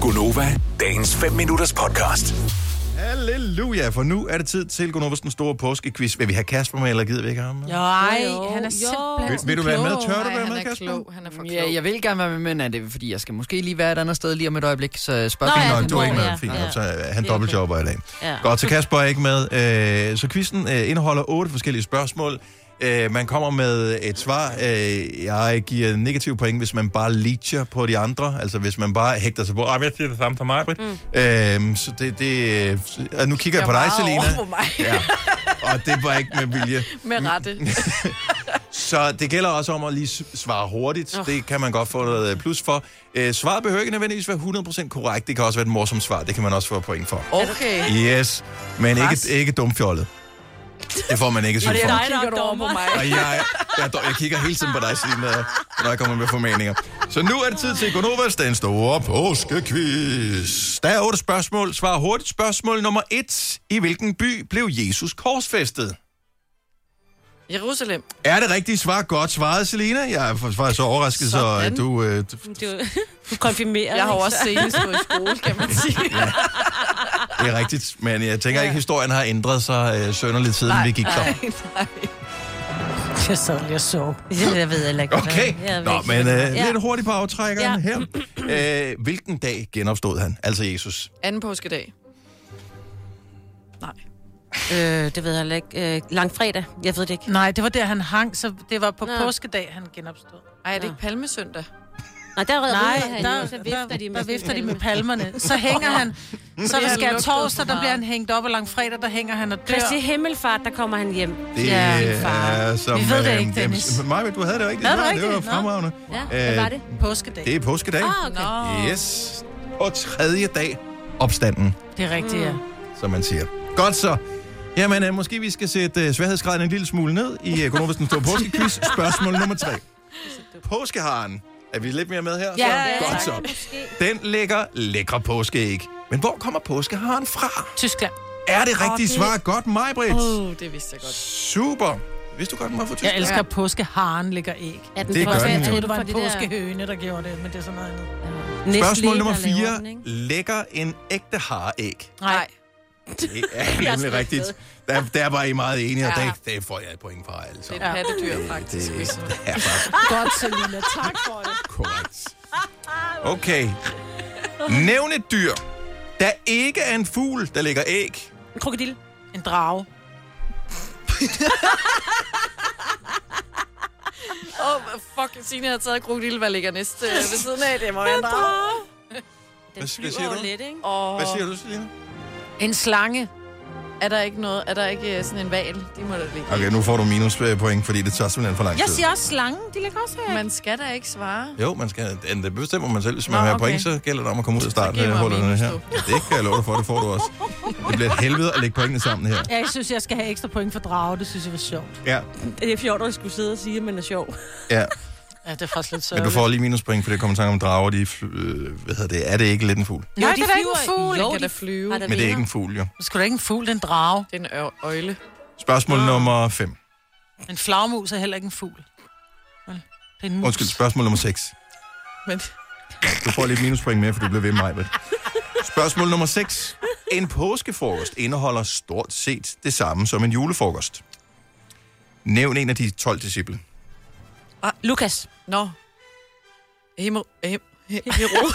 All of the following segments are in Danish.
Gunova, dagens 5 minutters podcast. Halleluja, for nu er det tid til Gunovas den store påskequiz. Vil vi have Kasper med, eller gider vi ikke have ham med? Nej, Jo, han er jo. simpelthen Vil, sådan vil du være med? klog. Tør du Nej, være han med, er Kasper? klog. Han er for klog. Ja, jeg vil gerne være med, men er det, fordi jeg skal måske lige være et andet sted lige om et øjeblik, så spørg Nå, fint ja, nok. Nå, det du er må ikke med. jeg. Fint, Ja. nok, så er han Det er dobbeltjobber i dag. Ja. Godt, så Kasper er ikke med. Øh, Så quizzen øh, indeholder otte forskellige spørgsmål. Øh, Man kommer med et svar. Øh, Jeg giver negativ point, hvis man bare leacher på de andre. Altså hvis man bare hægter sig på, "Ej, men jeg siger det samme som mig, Britt. Mm. Så det, det, øh, og nu kigger jeg på dig, meget Selina. over på mig. Ja. Og det var ikke med vilje. Med rette. Så det gælder også om at lige s- svare hurtigt. Oh. Det kan man godt få noget øh, plus for. Øh, Svaret behøver ikke nødvendigvis være 100% korrekt. Det kan også være et morsomt svar. Det kan man også få point for. Okay. Yes, men Pres. ikke, ikke dumfjollet. Det får man ikke syn Og det er for. dig, der kigger du over på mig. Og jeg, jeg, jeg kigger hele tiden på dig, siden, øh, når jeg kommer med formaninger. Så nu er det tid til Gonovas, den store påskequiz. Der er otte spørgsmål. Svar hurtigt. Spørgsmål nummer et. I hvilken by blev Jesus korsfæstet? Jerusalem. Er det rigtige svar godt svaret, Selina? Jeg er faktisk så overrasket, så øh, Sådan. du... Øh, d- Du, du konfirmerer. Jeg har jo ikke? også senest gået i skole, kan man sige. det er rigtigt, men jeg tænker ikke, historien har ændret sig øh, sønderligt, siden vi gik der. Jeg sad lige og sov. Jeg ved heller ikke. Okay, hvad- Jeg ved Nå, ikke, men hvad- øh, Ja. lidt hurtigt på aftrækkeren ja. her. Øh, hvilken dag genopstod han, altså Jesus? Anden påskedag. Nej. Øh, det ved jeg heller ikke. Øh, langfredag, jeg ved det ikke. Nej, det var der, han hang, så det var på Nå. påskedag, han genopstod. Ej, er det ikke palmesøndag? Nej, der redder Nej, han der, jo, så vifter de med, der vifter de med palmen. palmerne. Så hænger han, så Fordi der han skal lugtede torsdag, for der meget. bliver han hængt op, og langfredag, der hænger han og dør. Kristi Himmelfart, der kommer han hjem. Det øh, Ja, min far. er som... øh, Vi ved det ikke, Dennis. Maja, du havde det rigtigt. Havde du svar. det rigtigt? var Nå. fremragende. Øh, Ja, hvad var det? Påskedag. Det Det, er påskedag. Ah, okay. Yes. Og tredje dag, opstanden, det er rigtigt, ja. som man siger. Godt så. Jamen, øh, måske vi skal sætte øh, sværhedsgraden en lille smule ned i økonomisk den store påskequiz. Spørgsmål nummer tre. Påskeharen. Er vi lidt mere med her? så? Ja, Godt tak. så. Den lægger lækre påskeæg. Men hvor kommer påskeharen fra? Tyskland. Er det rigtige svar? Godt mig, Britt. Uh, det vidste jeg godt. Super. Vidste du godt, den var fra Jeg Tyskland? elsker, at påskeharen ligger æg. Er den Det fra- gør den Jeg jo. troede, det var en fra der- påskehøne, der gjorde det, men det er sådan noget andet. Nestlé, Spørgsmål der nummer laver 4. den, ikke? Lægger en ægte haræg? Nej. Det er nemlig rigtigt. Der, der var I meget enige, og Ja. det, det får jeg et point for alle Det sammen. er et pattedyr, Det, faktisk. det er faktisk Godt, Selina. Tak for det. korrekt. Okay. Nævn et dyr, der ikke er en fugl, der lægger æg. En krokodil. En drage. Åh, oh, fuck, Signe har taget krokodil. Hvad ligger næste øh, ved siden af? Det må være en drage. Hvad- Den hvad siger flyver du? jo lidt, ikke? Hvad Åh, siger du, Selina? En slange. er der ikke noget? Er der ikke øh, sådan en val? Det må der ligge. Okay, nu får du minuspoint, fordi det tager simpelthen for lang tid. Jeg siger også slangen. De ligger også æg. Man skal da ikke svare. Jo, man skal, den- det bestemmer man selv. Hvis man Nå, vil have okay. point, så gælder det om at komme ud af starten giver af mig hullerne minus her. to. Det kan jeg love dig for, det får du også. Det bliver et helvede at lægge pointene sammen her. Ja, jeg synes, jeg skal have ekstra point for drage. Det synes jeg var sjovt. Ja, Det er fjort, at skulle sidde og sige, at man er sjov. ja. Ja, det er faktisk lidt Men sørgeligt. du får lige minuspoint for det kommentar om drager. De, fly- øh, hvad hedder det? Er det ikke lidt en fugl? Jo, Nej, det er da ikke en fugl. Jo, Jo, den kan de da flyve. har Det da Men det er vinger. ikke en fugl, jo. Sgu da ikke en fugl, det er en drage. er en ø- øjle. Spørgsmål nummer 5. En flagmus er heller ikke en fugl. Vel? Det er en mus. Undskyld, spørgsmål nummer 6. Men Du får lidt minuspoint mere, for du bliver ved mig. Spørgsmål nummer 6. En påskefrokost indeholder stort set det samme som en julefrokost. Nævn en af de 12 disciple. Lukas. Nå. Hemo... Hem, he- Herodes.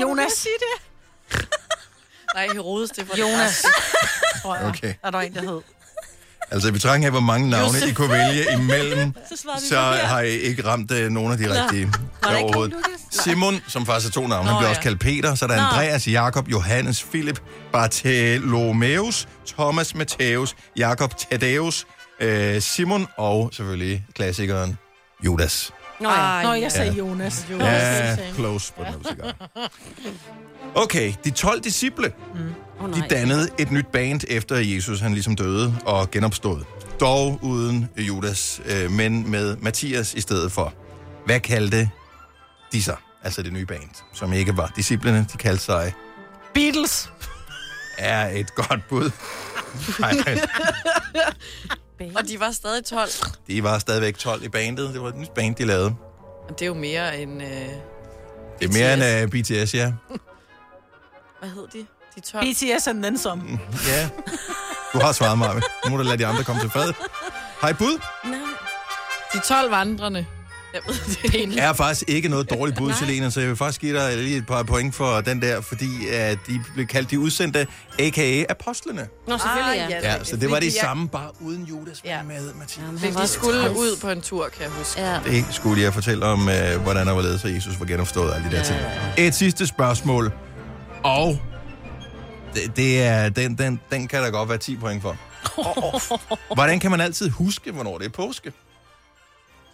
Jonas. Nej, Herodes, det var Jonas. Tror jeg. Okay. Er der en, der hed? Altså, i betragtning af, hvor mange navne I kunne vælge imellem, Så svarer vi så har I ikke ramt øh, nogen af de rigtige der ikke overhovedet. kommet Lukas? Simon, som faktisk er to navne, han Nå, bliver ja. også kaldt Peter, så er der Andreas, Jakob, Johannes, Philip, Bartholomeus, Thomas, Matthäus, Jakob, Thaddeus, øh, Simon og selvfølgelig klassikeren Judas. Nå ja. Ej, Nå, jeg sagde Ja. Jonas. Ja, close på den ja. Okay, de 12 disciple. Åh, nej. De dannede et nyt band efter Jesus han ligesom døde og genopstod. Dog uden Judas, øh, men med Mathias i stedet for. Hvad kaldte de sig? Altså det nye band, som ikke var disciplene. De kaldte sig, Beatles. er et godt bud. Nej, Og de var stadig 12. de var stadigvæk 12 i bandet. Det var et nyt band, de lavede. Og det er jo mere end... Øh, Det Det er mere end uh, BTS, ja. Hvad hed de? De 12. BTS and then some. Ja. Du har svaret mig. Nu må du lade de andre komme til fad. Har I bud? De 12 vandrende. Jeg ved det egentlig. er faktisk ikke noget dårligt bud, Selena, så jeg vil faktisk give dig lige et par point for den der, fordi at de blev kaldt de udsendte, a.k.a. apostlene. Nå, selvfølgelig, Ah, ja. Ja, så det var fordi det jeg- samme, bare uden Judas Ja. ja. med Mathias. Jamen, Men han var de også skulle træls. ud på en tur, kan jeg huske. Ja. Det skulle jeg fortælle om, øh, hvordan der var ledet, så Jesus var genopstået og alle de der ting. Et sidste spørgsmål, og det, det er, den, den, den kan der godt være 10 point for. Hvordan kan man altid huske, hvornår det er påske?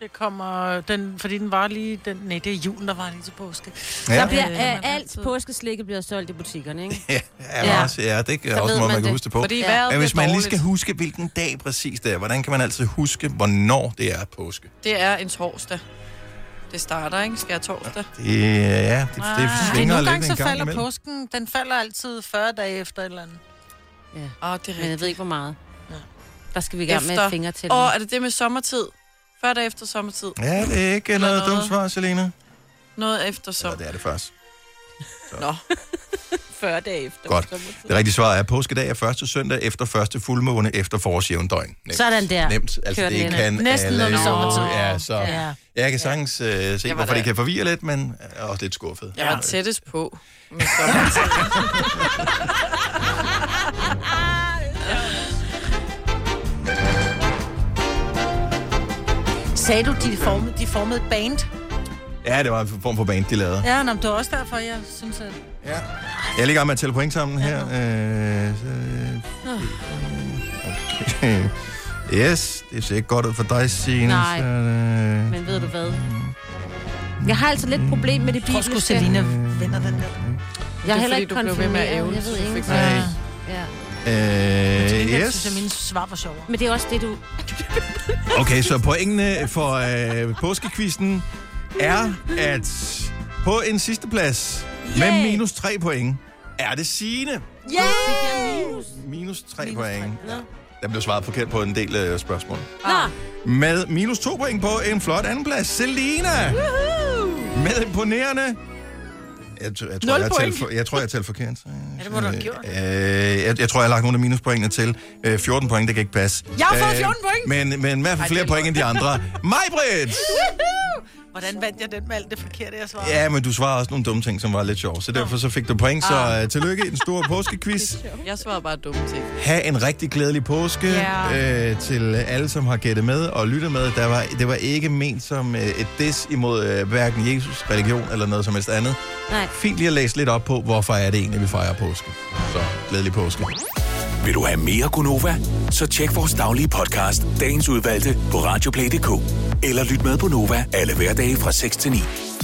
Det kommer, den, fordi den var lige, den, nej, det er julen, der var lige til påske. Ah. Der Ja, bliver, Øh, man øh, alt altid- påskeslikket bliver solgt i butikkerne, ikke? ja, ja, Ja. også, ja det er Så også ved noget, man man kan det. huske det på. Fordi Ja. vejret Men hvis bliver man lige dårligt. skal huske, hvilken dag præcis det er, hvordan kan man altid huske, hvornår det er påske? Det er en torsdag. Det starter, ikke? Skal jeg torsdag? Det, ja, det, det Det svinger lidt nogle gange så en gang falder imellem. påsken, den falder altid 40 dage efter et eller andet. Åh, Ja. det er Men jeg rigtigt. ved ikke, hvor meget. Ja. Der skal vi i gang med Efter- et finger til. Åh, er det det med sommertid? Før der efter sommertid. Ja, det er ikke noget noget. dumt svar, Selena. Noget efter Så sommer. det er det først. 40 dage efter. Godt. Det rigtige svar er, at påskedag er første søndag efter første fuldmåne efter forårsjævndøgn. Nemt. Sådan der. Nemt. Altså, Kører det den kan ind. Næsten alle noget med jo. sommertid. Ja, så Ja. jeg kan sagtens øh, se, var hvorfor da- det kan forvirre lidt, men øh, er også lidt skuffet. Jeg var tættest på med sommertid. Sagde du, de formede, de formede et band? Ja, det var en form for band, de lavede. Ja, nå, men det var også derfor, jeg synes, at... Ja. Jeg er lige i gang med at tælle point sammen her. Øh, så, øh, okay. Yes, det ser ikke godt ud for dig, Signe. Nej. Så, øh, Men ved du hvad? Jeg har altså lidt problem med det Jeg tror sgu, bibelske. Selina Mm. vender den der. Jeg Det er er heller fordi, ikke du blev ved med at ævle, konfirmeret. Jeg så ved du ikke. fik- nej. Ja. Øh, Jeg synes, at mine yes. svar var sjovere. Men det er også det, du... Okay, så pointene for øh, påskekvisten er, at på en sidste plads med Yay! minus 3 point, er det Signe. Yeah! Minus 3 point. Ja. Der blev svaret forkert på en del øh, spørgsmål. Nå, Med minus 2 point på en flot andenplads, Selina. Med imponerende... Jeg, t- jeg, tror, Nul jeg, point. talt for, jeg tror, jeg talte forkert. Ja, det må du have gjort. Øh, jeg, jeg tror, jeg har lagt nogle af minuspointene til. Øh, 14 point, det kan ikke passe. Jeg har fået 14 point! Men, men i hvert fald flere point end de andre. Majbrit! Hvordan vandt jeg den med alt det forkerte, jeg svarede? Ja, men du svarede også nogle dumme ting, som var lidt sjove. Så derfor så fik du point, Ah. så øh, tillykke i den store påskequiz. Jeg svarede bare dumme ting. Ha' en rigtig glædelig påske Ja. øh, til alle, som har gættet med og lyttet med. Der var, det var ikke ment som øh, et dis imod øh, hverken Jesus, religion eller noget som helst andet. nej. Fint lige at læse lidt op på, hvorfor er det egentlig, vi fejrer påske. Så glædelig påske. Vil du have mere Gunova? Så tjek vores daglige podcast, dagens udvalgte, på radioplay.dk. Eller lyt med på Nova alle hverdage fra 6 til 9.